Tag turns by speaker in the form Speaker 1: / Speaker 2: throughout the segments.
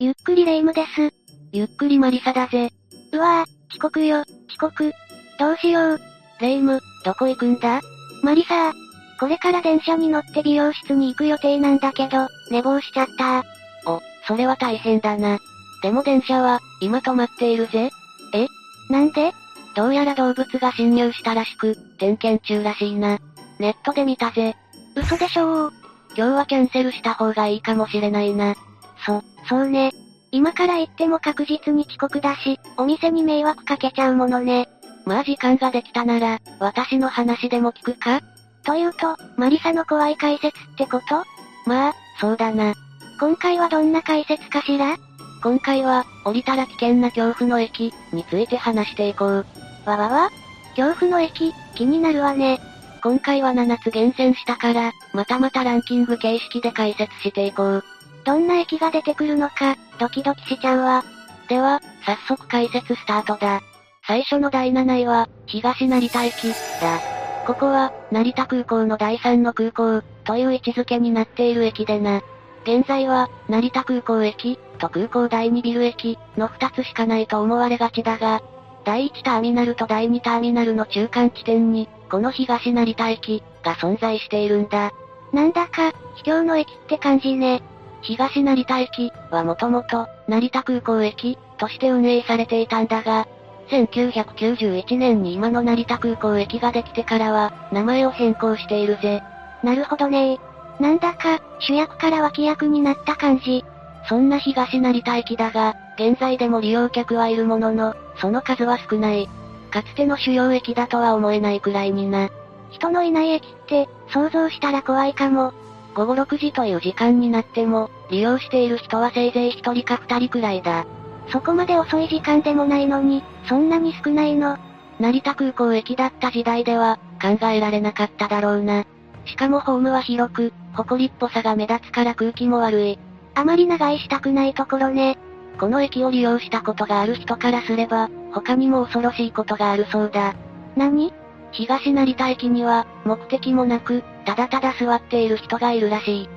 Speaker 1: ゆっくりレ夢ムです。
Speaker 2: ゆっくりマリサだぜ。
Speaker 1: うわぁ、遅刻よ、遅刻。どうしよう。
Speaker 2: レイム、どこ行くんだ
Speaker 1: マリサー。これから電車に乗って美容室に行く予定なんだけど、寝坊しちゃったー。
Speaker 2: お、それは大変だな。でも電車は、今止まっているぜ。
Speaker 1: なんで
Speaker 2: どうやら動物が侵入したらしく、点検中らしいな。ネットで見たぜ。
Speaker 1: 嘘でしょー。
Speaker 2: 今日はキャンセルした方がいいかもしれないな。
Speaker 1: そ、そうね。今から行っても確実に遅刻だし、お店に迷惑かけちゃうものね。
Speaker 2: まあ時間ができたなら、私の話でも聞くか
Speaker 1: というと、マリサの怖い解説ってこと
Speaker 2: まあ、そうだな。
Speaker 1: 今回はどんな解説かしら
Speaker 2: 今回は、降りたら危険な恐怖の駅、について話していこう。
Speaker 1: わわわ恐怖の駅、気になるわね。
Speaker 2: 今回は7つ厳選したから、またまたランキング形式で解説していこう。
Speaker 1: どんな駅が出てくるのか、ドキドキしちゃうわ。
Speaker 2: では、早速解説スタートだ。最初の第7位は、東成田駅、だ。ここは、成田空港の第3の空港、という位置づけになっている駅でな。現在は、成田空港駅、と空港第2ビル駅、の2つしかないと思われがちだが、第1ターミナルと第2ターミナルの中間地点に、この東成田駅、が存在しているんだ。
Speaker 1: なんだか、秘境の駅って感じね。
Speaker 2: 東成田駅はもともと成田空港駅として運営されていたんだが、1991年に今の成田空港駅ができてからは名前を変更しているぜ。
Speaker 1: なるほどねー。なんだか、主役から脇役になった感じ。
Speaker 2: そんな東成田駅だが、現在でも利用客はいるものの、その数は少ない。かつての主要駅だとは思えないくらいにな。
Speaker 1: 人のいない駅って、想像したら怖いかも。
Speaker 2: 午後6時という時間になっても、利用している人はせいぜい1人か2人くらいだ。
Speaker 1: そこまで遅い時間でもないのに、そんなに少ないの。
Speaker 2: 成田空港駅だった時代では、考えられなかっただろうな。しかもホームは広く、埃っぽさが目立つから空気も悪い。
Speaker 1: あまり長居したくないところね。
Speaker 2: この駅を利用したことがある人からすれば、他にも恐ろしいことがあるそうだ。
Speaker 1: 何
Speaker 2: 東成田駅には、目的もなく、ただただ座っている人がいるらしい。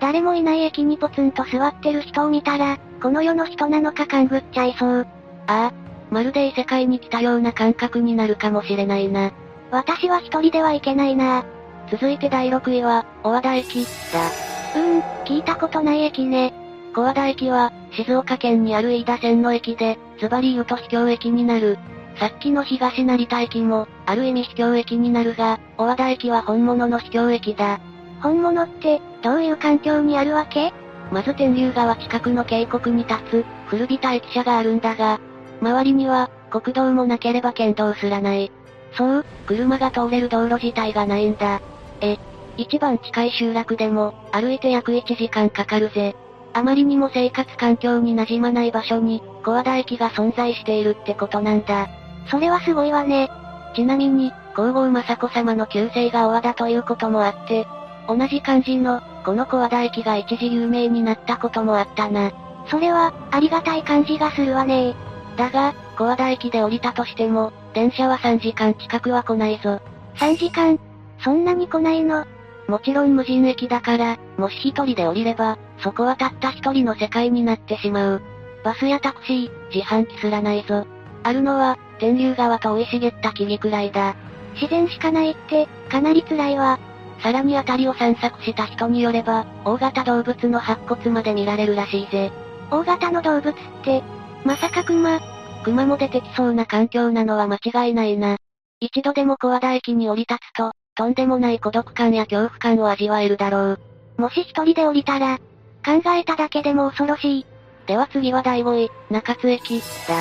Speaker 1: 誰もいない駅にポツンと座ってる人を見たら、この世の人なのか勘ぐっちゃいそう。
Speaker 2: ああ、まるで異世界に来たような感覚になるかもしれないな。
Speaker 1: 私は一人ではいけないなぁ。
Speaker 2: 続いて第6位は、小和田駅、だ。
Speaker 1: うーん、聞いたことない駅ね。
Speaker 2: 小和田駅は、静岡県にある飯田線の駅で、ズバリ言うと秘境駅になる。さっきの東成田駅も、ある意味秘境駅になるが、小和田駅は本物の秘境駅だ。
Speaker 1: 本物って、どういう環境にあるわけ
Speaker 2: まず天竜川近くの渓谷に立つ、古びた駅舎があるんだが、周りには、国道もなければ県道すらない。そう、車が通れる道路自体がないんだ。え、一番近い集落でも、歩いて約1時間かかるぜ。あまりにも生活環境に馴染まない場所に、小和田駅が存在しているってことなんだ。
Speaker 1: それはすごいわね。
Speaker 2: ちなみに、皇后雅子様の旧姓が小和田ということもあって、同じ漢字の、この小和田駅が一時有名になったこともあったな。
Speaker 1: それは、ありがたい感じがするわね
Speaker 2: だが、小和田駅で降りたとしても、電車は3時間近くは来ないぞ。
Speaker 1: 3時間。そんなに来ないの。
Speaker 2: もちろん無人駅だから、もし一人で降りれば、そこはたった一人の世界になってしまう。バスやタクシー、自販機すらないぞ。あるのは、天竜川と生い茂った木々くらいだ。
Speaker 1: 自然しかないって、かなり辛いわ。
Speaker 2: さらに辺りを散策した人によれば、大型動物の白骨まで見られるらしいぜ。
Speaker 1: 大型の動物って、まさか熊、
Speaker 2: 熊も出てきそうな環境なのは間違いないな。一度でも小和田駅に降り立つと、とんでもない孤独感や恐怖感を味わえるだろう。
Speaker 1: もし一人で降りたら、考えただけでも恐ろしい。
Speaker 2: では次は第5位、中津駅、だ。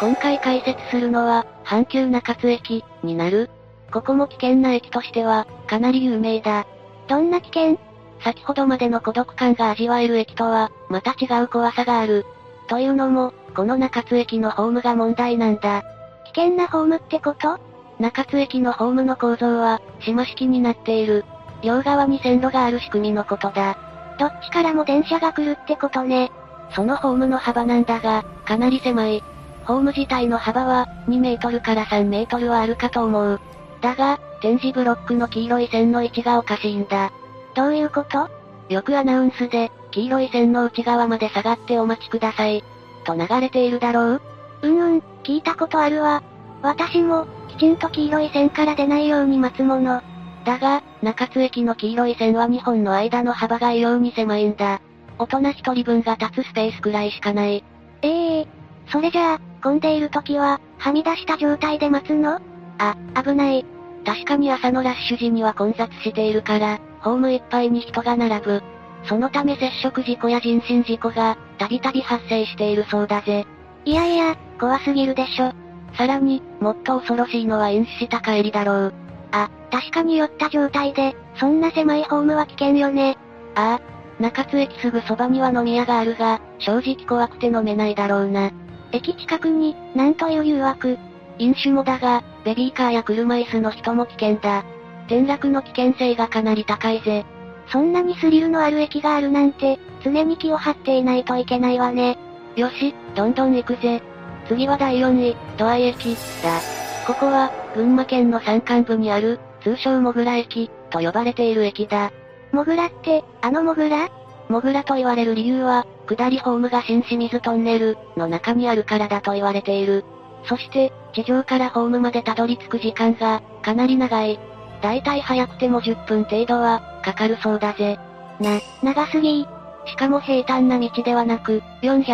Speaker 2: 今回解説するのは、阪急中津駅、になる。ここも危険な駅としては、かなり有名だ。
Speaker 1: どんな危険
Speaker 2: 先ほどまでの孤独感が味わえる駅とは、また違う怖さがある。というのも、この中津駅のホームが問題なんだ。
Speaker 1: 危険なホームってこと
Speaker 2: 中津駅のホームの構造は、島式になっている。両側に線路がある仕組みのことだ。
Speaker 1: どっちからも電車が来るってことね。
Speaker 2: そのホームの幅なんだが、かなり狭い。ホーム自体の幅は、2メートルから3メートルはあるかと思う。だが、点字ブロックの黄色い線の位置がおかしいんだ。
Speaker 1: どういうこと
Speaker 2: よくアナウンスで、黄色い線の内側まで下がってお待ちください。と流れているだろう
Speaker 1: うんうん、聞いたことあるわ。私も、きちんと黄色い線から出ないように待つもの。
Speaker 2: だが、中津駅の黄色い線は2本の間の幅が異様に狭いんだ。大人1人分が立つスペースくらいしかない。
Speaker 1: ええそれじゃあ、混んでいる時は、はみ出した状態で待つのあ、危ない。
Speaker 2: 確かに朝のラッシュ時には混雑しているから、ホームいっぱいに人が並ぶ。そのため接触事故や人身事故が、たびたび発生しているそうだぜ。
Speaker 1: いやいや、怖すぎるでしょ。
Speaker 2: さらに、もっと恐ろしいのは飲酒した帰りだろう。
Speaker 1: 確かに酔った状態で、そんな狭いホームは危険よね。
Speaker 2: ああ、中津駅すぐそばには飲み屋があるが、正直怖くて飲めないだろうな。
Speaker 1: 駅近くに、なんという誘惑。
Speaker 2: 飲酒もだが、ベビーカーや車椅子の人も危険だ。転落の危険性がかなり高いぜ。
Speaker 1: そんなにスリルのある駅があるなんて、常に気を張っていないといけないわね。
Speaker 2: よし、どんどん行くぜ。次は第4位、土合駅、だ。ここは、群馬県の山間部にある、通称モグラ駅、と呼ばれている駅だ。
Speaker 1: モグラって、あのモグラ
Speaker 2: モグラと言われる理由は、下りホームが新清水トンネルの中にあるからだと言われている。そして、地上からホームまでたどり着く時間が、かなり長い。だいたい早くても10分程度は、かかるそうだぜ。
Speaker 1: な、長すぎ
Speaker 2: しかも平坦な道ではなく、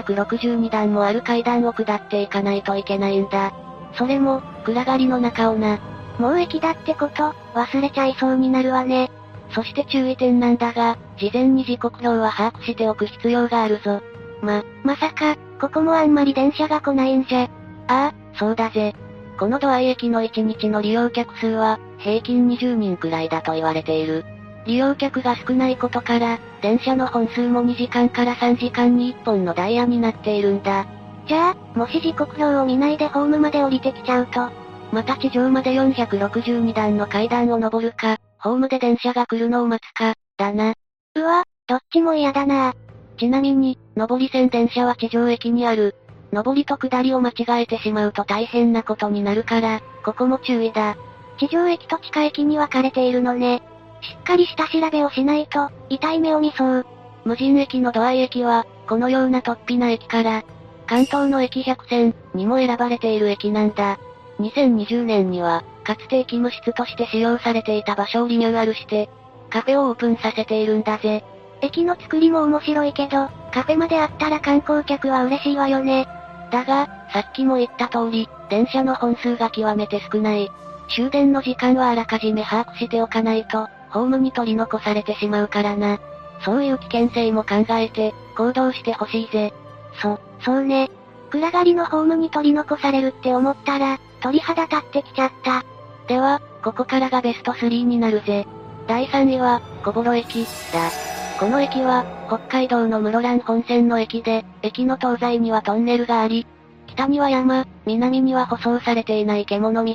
Speaker 2: 462段もある階段を下っていかないといけないんだ。それも、暗がりの中をな。
Speaker 1: もう駅だってこと、忘れちゃいそうになるわね。
Speaker 2: そして注意点なんだが、事前に時刻表は把握しておく必要があるぞ。
Speaker 1: まさか、ここもあんまり電車が来ないんじゃ。
Speaker 2: ああ、そうだぜ。この土合駅の1日の利用客数は、平均20人くらいだと言われている。利用客が少ないことから、電車の本数も2時間から3時間に1本のダイヤになっているんだ。
Speaker 1: じゃあ、もし時刻表を見ないでホームまで降りてきちゃうと、
Speaker 2: また地上まで462段の階段を上るか、ホームで電車が来るのを待つか、だな。
Speaker 1: うわ、どっちも嫌だな
Speaker 2: ちなみに、上り線電車は地上駅にある。上りと下りを間違えてしまうと大変なことになるから、ここも注意だ。
Speaker 1: 地上駅と地下駅に分かれているのね。しっかりした調べをしないと、痛い目を見そう。
Speaker 2: 無人駅の土合駅は、このような突飛な駅から、関東の駅百選にも選ばれている駅なんだ。2020年には、かつて駅務室として使用されていた場所をリニューアルして、カフェをオープンさせているんだぜ。
Speaker 1: 駅の作りも面白いけど、カフェまであったら観光客は嬉しいわよね。
Speaker 2: だが、さっきも言った通り、電車の本数が極めて少ない。終電の時間はあらかじめ把握しておかないと、ホームに取り残されてしまうからな。そういう危険性も考えて、行動してほしいぜ。
Speaker 1: そ、そうね。暗がりのホームに取り残されるって思ったら、鳥肌立ってきちゃった。
Speaker 2: では、ここからがベスト3になるぜ。第3位は、小幌駅、だ。この駅は、北海道の室蘭本線の駅で、駅の東西にはトンネルがあり、北には山、南には舗装されていない獣道、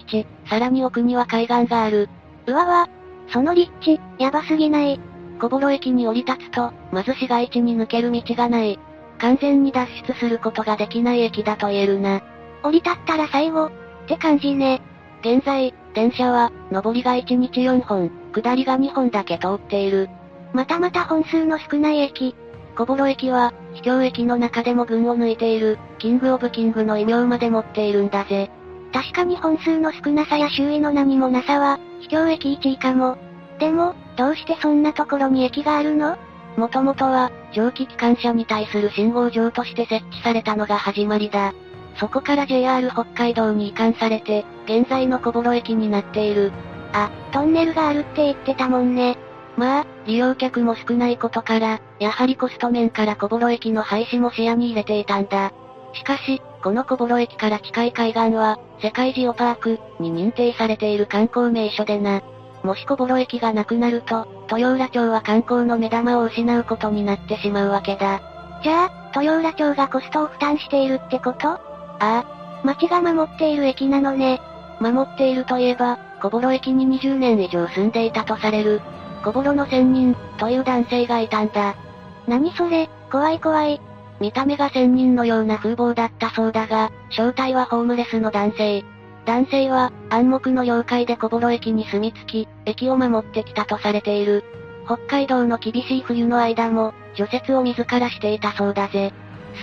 Speaker 2: さらに奥には海岸がある。
Speaker 1: うわわ。その立地、やばすぎない。
Speaker 2: 小幌駅に降り立つと、まず市街地に抜ける道がない。完全に脱出することができない駅だと言えるな。
Speaker 1: 降り立ったら最後、って感じね。
Speaker 2: 現在、電車は、上りが1日4本、下りが2本だけ通っている。
Speaker 1: またまた本数の少ない駅。
Speaker 2: 小幌駅は、秘境駅の中でも群を抜いている、キングオブキングの異名まで持っているんだぜ。
Speaker 1: 確かに本数の少なさや周囲の何もなさは、秘境駅1位かも。でも、どうしてそんなところに駅があるの
Speaker 2: もともとは、蒸気機関車に対する信号場として設置されたのが始まりだ。そこから JR 北海道に移管されて、現在の小幌駅になっている。
Speaker 1: あ、トンネルがあるって言ってたもんね。
Speaker 2: まあ、利用客も少ないことから、やはりコスト面から小幌駅の廃止も視野に入れていたんだ。しかし、この小幌駅から近い海岸は、世界ジオパークに認定されている観光名所でな。もし小幌駅がなくなると、豊浦町は観光の目玉を失うことになってしまうわけだ。
Speaker 1: じゃあ、豊浦町がコストを負担しているってこと
Speaker 2: あ
Speaker 1: 町が守っている駅なのね。
Speaker 2: あ、守っているといえば、小幌駅に20年以上住んでいたとされる、小幌の仙人、という男性がいたんだ。
Speaker 1: 何それ、怖い怖い。
Speaker 2: 見た目が仙人のような風貌だったそうだが、正体はホームレスの男性。男性は、暗黙の了解で小幌駅に住み着き、駅を守ってきたとされている。北海道の厳しい冬の間も、除雪を自らしていたそうだぜ。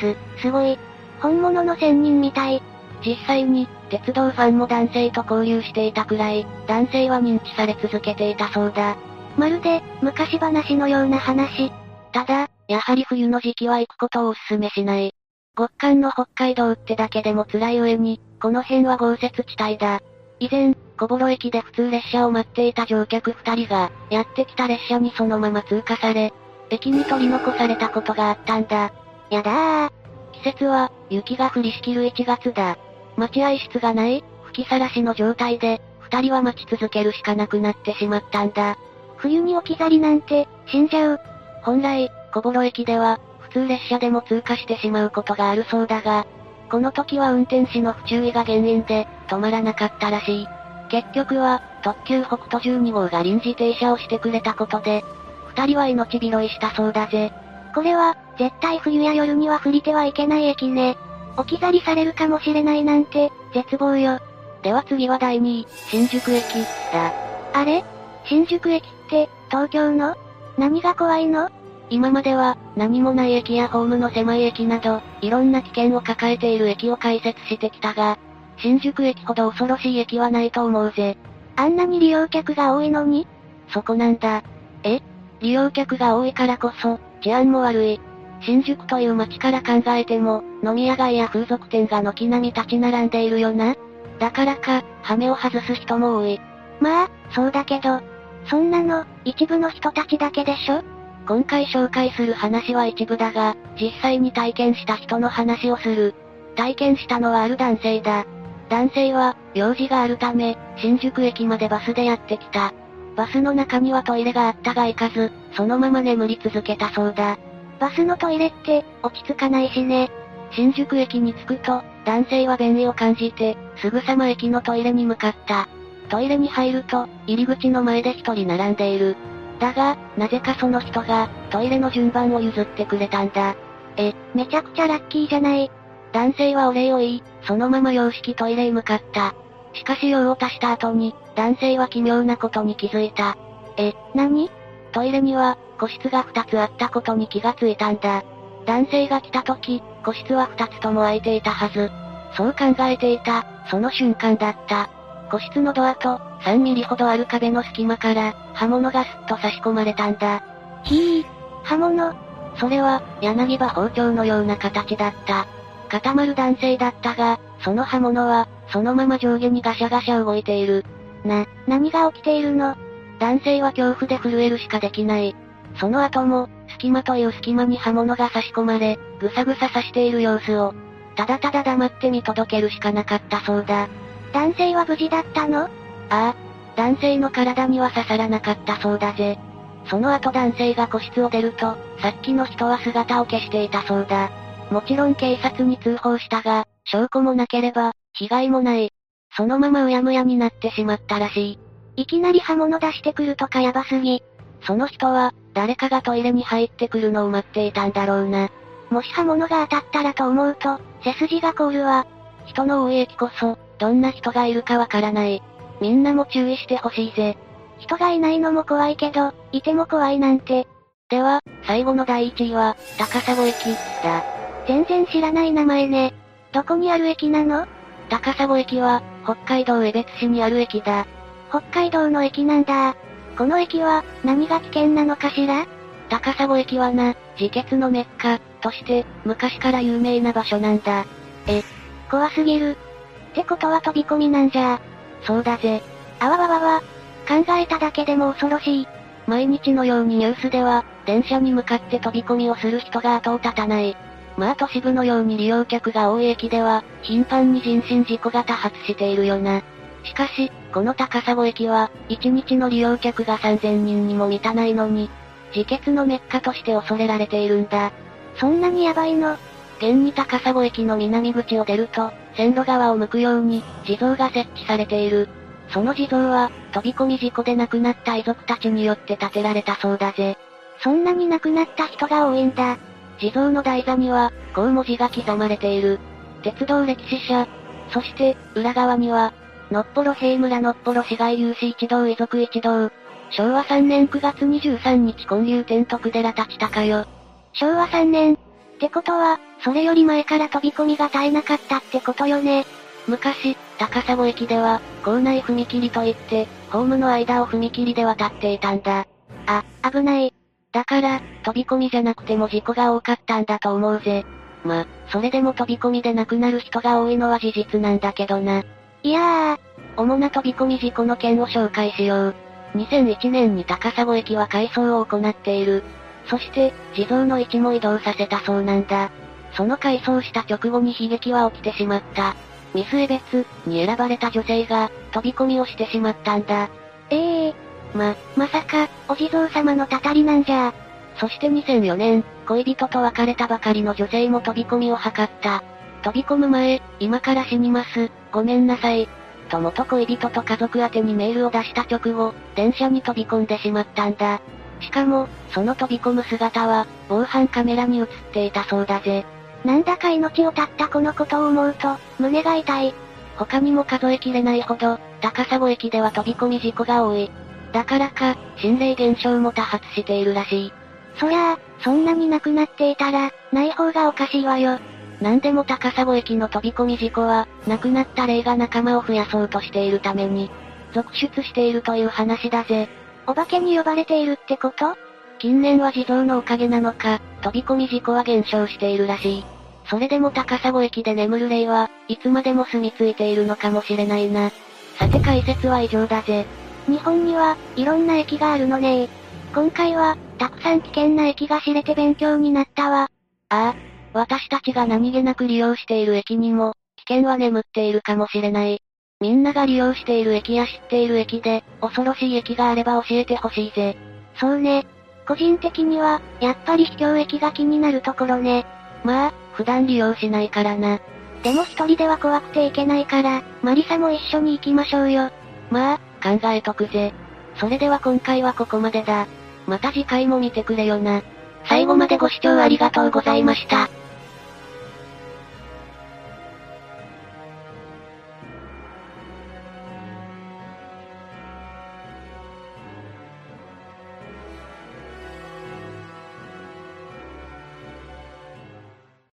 Speaker 1: す、すごい。本物の仙人みたい。
Speaker 2: 実際に、鉄道ファンも男性と交流していたくらい、男性は認知され続けていたそうだ。
Speaker 1: まるで、昔話のような話。
Speaker 2: ただ、やはり冬の時期は行くことをお勧めしない。極寒の北海道ってだけでも辛い上に、この辺は豪雪地帯だ。以前、小幌駅で普通列車を待っていた乗客二人が、やってきた列車にそのまま通過され、駅に取り残されたことがあったんだ。
Speaker 1: やだー。
Speaker 2: 季節は、雪が降りしきる1月だ。待合室がない、吹きさらしの状態で、二人は待ち続けるしかなくなってしまったんだ。
Speaker 1: 冬に置き去りなんて、死んじゃう。
Speaker 2: 本来、小幌駅では、普通列車でも通過してしまうことがあるそうだが、この時は運転士の不注意が原因で、止まらなかったらしい。結局は、特急北斗12号が臨時停車をしてくれたことで、二人は命拾いしたそうだぜ。
Speaker 1: これは、絶対冬や夜には降りてはいけない駅ね。置き去りされるかもしれないなんて、絶望よ。
Speaker 2: では次は第2位、新宿駅、だ。
Speaker 1: あれ新宿駅って、東京の何が怖いの
Speaker 2: 今までは、何もない駅やホームの狭い駅など、いろんな危険を抱えている駅を開設してきたが、新宿駅ほど恐ろしい駅はないと思うぜ。
Speaker 1: あんなに利用客が多いのに
Speaker 2: そこなんだ。え利用客が多いからこそ、治安も悪い。新宿という街から考えても、飲み屋街や風俗店が軒並み立ち並んでいるよな。だからか、羽目を外す人も多い。
Speaker 1: まあ、そうだけど。そんなの、一部の人たちだけでしょ
Speaker 2: 今回紹介する話は一部だが、実際に体験した人の話をする。体験したのはある男性だ。男性は、用事があるため、新宿駅までバスでやってきた。バスの中にはトイレがあったが行かず、そのまま眠り続けたそうだ。
Speaker 1: バスのトイレって、落ち着かないしね。
Speaker 2: 新宿駅に着くと、男性は便意を感じて、すぐさま駅のトイレに向かった。トイレに入ると、入り口の前で一人並んでいる。だが、なぜかその人が、トイレの順番を譲ってくれたんだ。
Speaker 1: めちゃくちゃラッキーじゃない。
Speaker 2: 男性はお礼を言い、そのまま洋式トイレへ向かった。しかし用を足した後に、男性は奇妙なことに気づいた。
Speaker 1: 何
Speaker 2: トイレには、個室が2つあったことに気がついたんだ。男性が来た時、個室は2つとも空いていたはず。そう考えていた、その瞬間だった。個室のドアと、3ミリほどある壁の隙間から、刃物がすっと差し込まれたんだ。
Speaker 1: ひー。刃物、
Speaker 2: それは、柳葉包丁のような形だった。固まる男性だったが、その刃物は、そのまま上下にガシャガシャ動いている。
Speaker 1: 何が起きているの
Speaker 2: 男性は恐怖で震えるしかできない。その後も、隙間という隙間に刃物が差し込まれ、ぐさぐさ刺している様子を、ただただ黙って見届けるしかなかったそうだ。
Speaker 1: 男性は無事だったの
Speaker 2: ああ、男性の体には刺さらなかったそうだぜ。その後男性が個室を出ると、さっきの人は姿を消していたそうだ。もちろん警察に通報したが、証拠もなければ、被害もない。そのままうやむやになってしまったらしい。
Speaker 1: いきなり刃物出してくるとかやばすぎ。
Speaker 2: その人は、誰かがトイレに入ってくるのを待っていたんだろうな。
Speaker 1: もし刃物が当たったらと思うと、背筋が凍るわ。
Speaker 2: 人の多い駅こそ、どんな人がいるかわからない。みんなも注意してほしいぜ。
Speaker 1: 人がいないのも怖いけど、いても怖いなんて、
Speaker 2: では、最後の第1位は、高砂駅、だ。
Speaker 1: 全然知らない名前ね。どこにある駅なの
Speaker 2: 高砂駅は、北海道江別市にある駅だ。
Speaker 1: 北海道の駅なんだ。この駅は、何が危険なのかしら
Speaker 2: 高砂駅はな、自決のメッカ、として、昔から有名な場所なんだ。
Speaker 1: 怖すぎる。ってことは飛び込みなんじゃ。
Speaker 2: そうだぜ。
Speaker 1: あわわわわ。考えただけでも恐ろしい。
Speaker 2: 毎日のようにニュースでは、電車に向かって飛び込みをする人が後を絶たない。まあ都市部のように利用客が多い駅では、頻繁に人身事故が多発しているよな。しかし、この高砂駅は、1日の利用客が3000人にも満たないのに、自決のメッカとして恐れられているんだ。
Speaker 1: そんなにやばいの
Speaker 2: 現に高砂駅の南口を出ると、線路側を向くように、地蔵が設置されている。その地蔵は、飛び込み事故で亡くなった遺族たちによって建てられたそうだぜ。
Speaker 1: そんなに亡くなった人が多いんだ。
Speaker 2: 地蔵の台座には、こう文字が刻まれている。鉄道歴史者。そして、裏側には、のっぽろ平村のっぽろ市街有志一同遺族一同、昭和3年9月23日建立天徳寺立ちたかよ。
Speaker 1: 昭和3年。ってことは、それより前から飛び込みが絶えなかったってことよね。
Speaker 2: 昔、高砂駅では、校内踏切といって、ホームの間を踏切で渡っていたんだ。
Speaker 1: あ、危ない。
Speaker 2: だから、飛び込みじゃなくても事故が多かったんだと思うぜ。ま、それでも飛び込みで亡くなる人が多いのは事実なんだけどな。
Speaker 1: いや
Speaker 2: 主な飛び込み事故の件を紹介しよう。2001年に高砂駅は改装を行っている。そして、地蔵の位置も移動させたそうなんだ。その改装した直後に悲劇は起きてしまった。ミスエベツに選ばれた女性が飛び込みをしてしまったんだ。
Speaker 1: ー、ええ
Speaker 2: ま、
Speaker 1: まさか、お地蔵様のたたりなんじゃ。
Speaker 2: そして2004年、恋人と別れたばかりの女性も飛び込みを図った。飛び込む前、今から死にます、ごめんなさい。と元恋人と家族宛てにメールを出した直後、電車に飛び込んでしまったんだ。しかも、その飛び込む姿は、防犯カメラに映っていたそうだぜ。
Speaker 1: なんだか命を絶ったこのことを思うと、胸が痛い。
Speaker 2: 他にも数えきれないほど、高砂駅では飛び込み事故が多い。だからか、心霊現象も多発しているらしい。
Speaker 1: そりゃあ、そんなになくなっていたら、ない方がおかしいわよ。
Speaker 2: なんでも高砂駅の飛び込み事故は、亡くなった霊が仲間を増やそうとしているために、続出しているという話だぜ。
Speaker 1: お化けに呼ばれているってこと
Speaker 2: 近年は地蔵のおかげなのか、飛び込み事故は減少しているらしい。それでも高砂駅で眠る霊はいつまでも住み着いているのかもしれないな。さて解説は以上だぜ。
Speaker 1: 日本には、いろんな駅があるのね今回は、たくさん危険な駅が知れて勉強になったわ。
Speaker 2: ああ、私たちが何気なく利用している駅にも、危険は眠っているかもしれない。みんなが利用している駅や知っている駅で、恐ろしい駅があれば教えてほしいぜ。
Speaker 1: そうね。個人的には、やっぱり秘境駅が気になるところね。
Speaker 2: まあ、普段利用しないからな。
Speaker 1: でも一人では怖くて行けないから、マリサも一緒に行きましょうよ。
Speaker 2: まあ、考えとくぜ。それでは今回はここまでだ。また次回も見てくれよな。最後までご視聴ありがとうございました。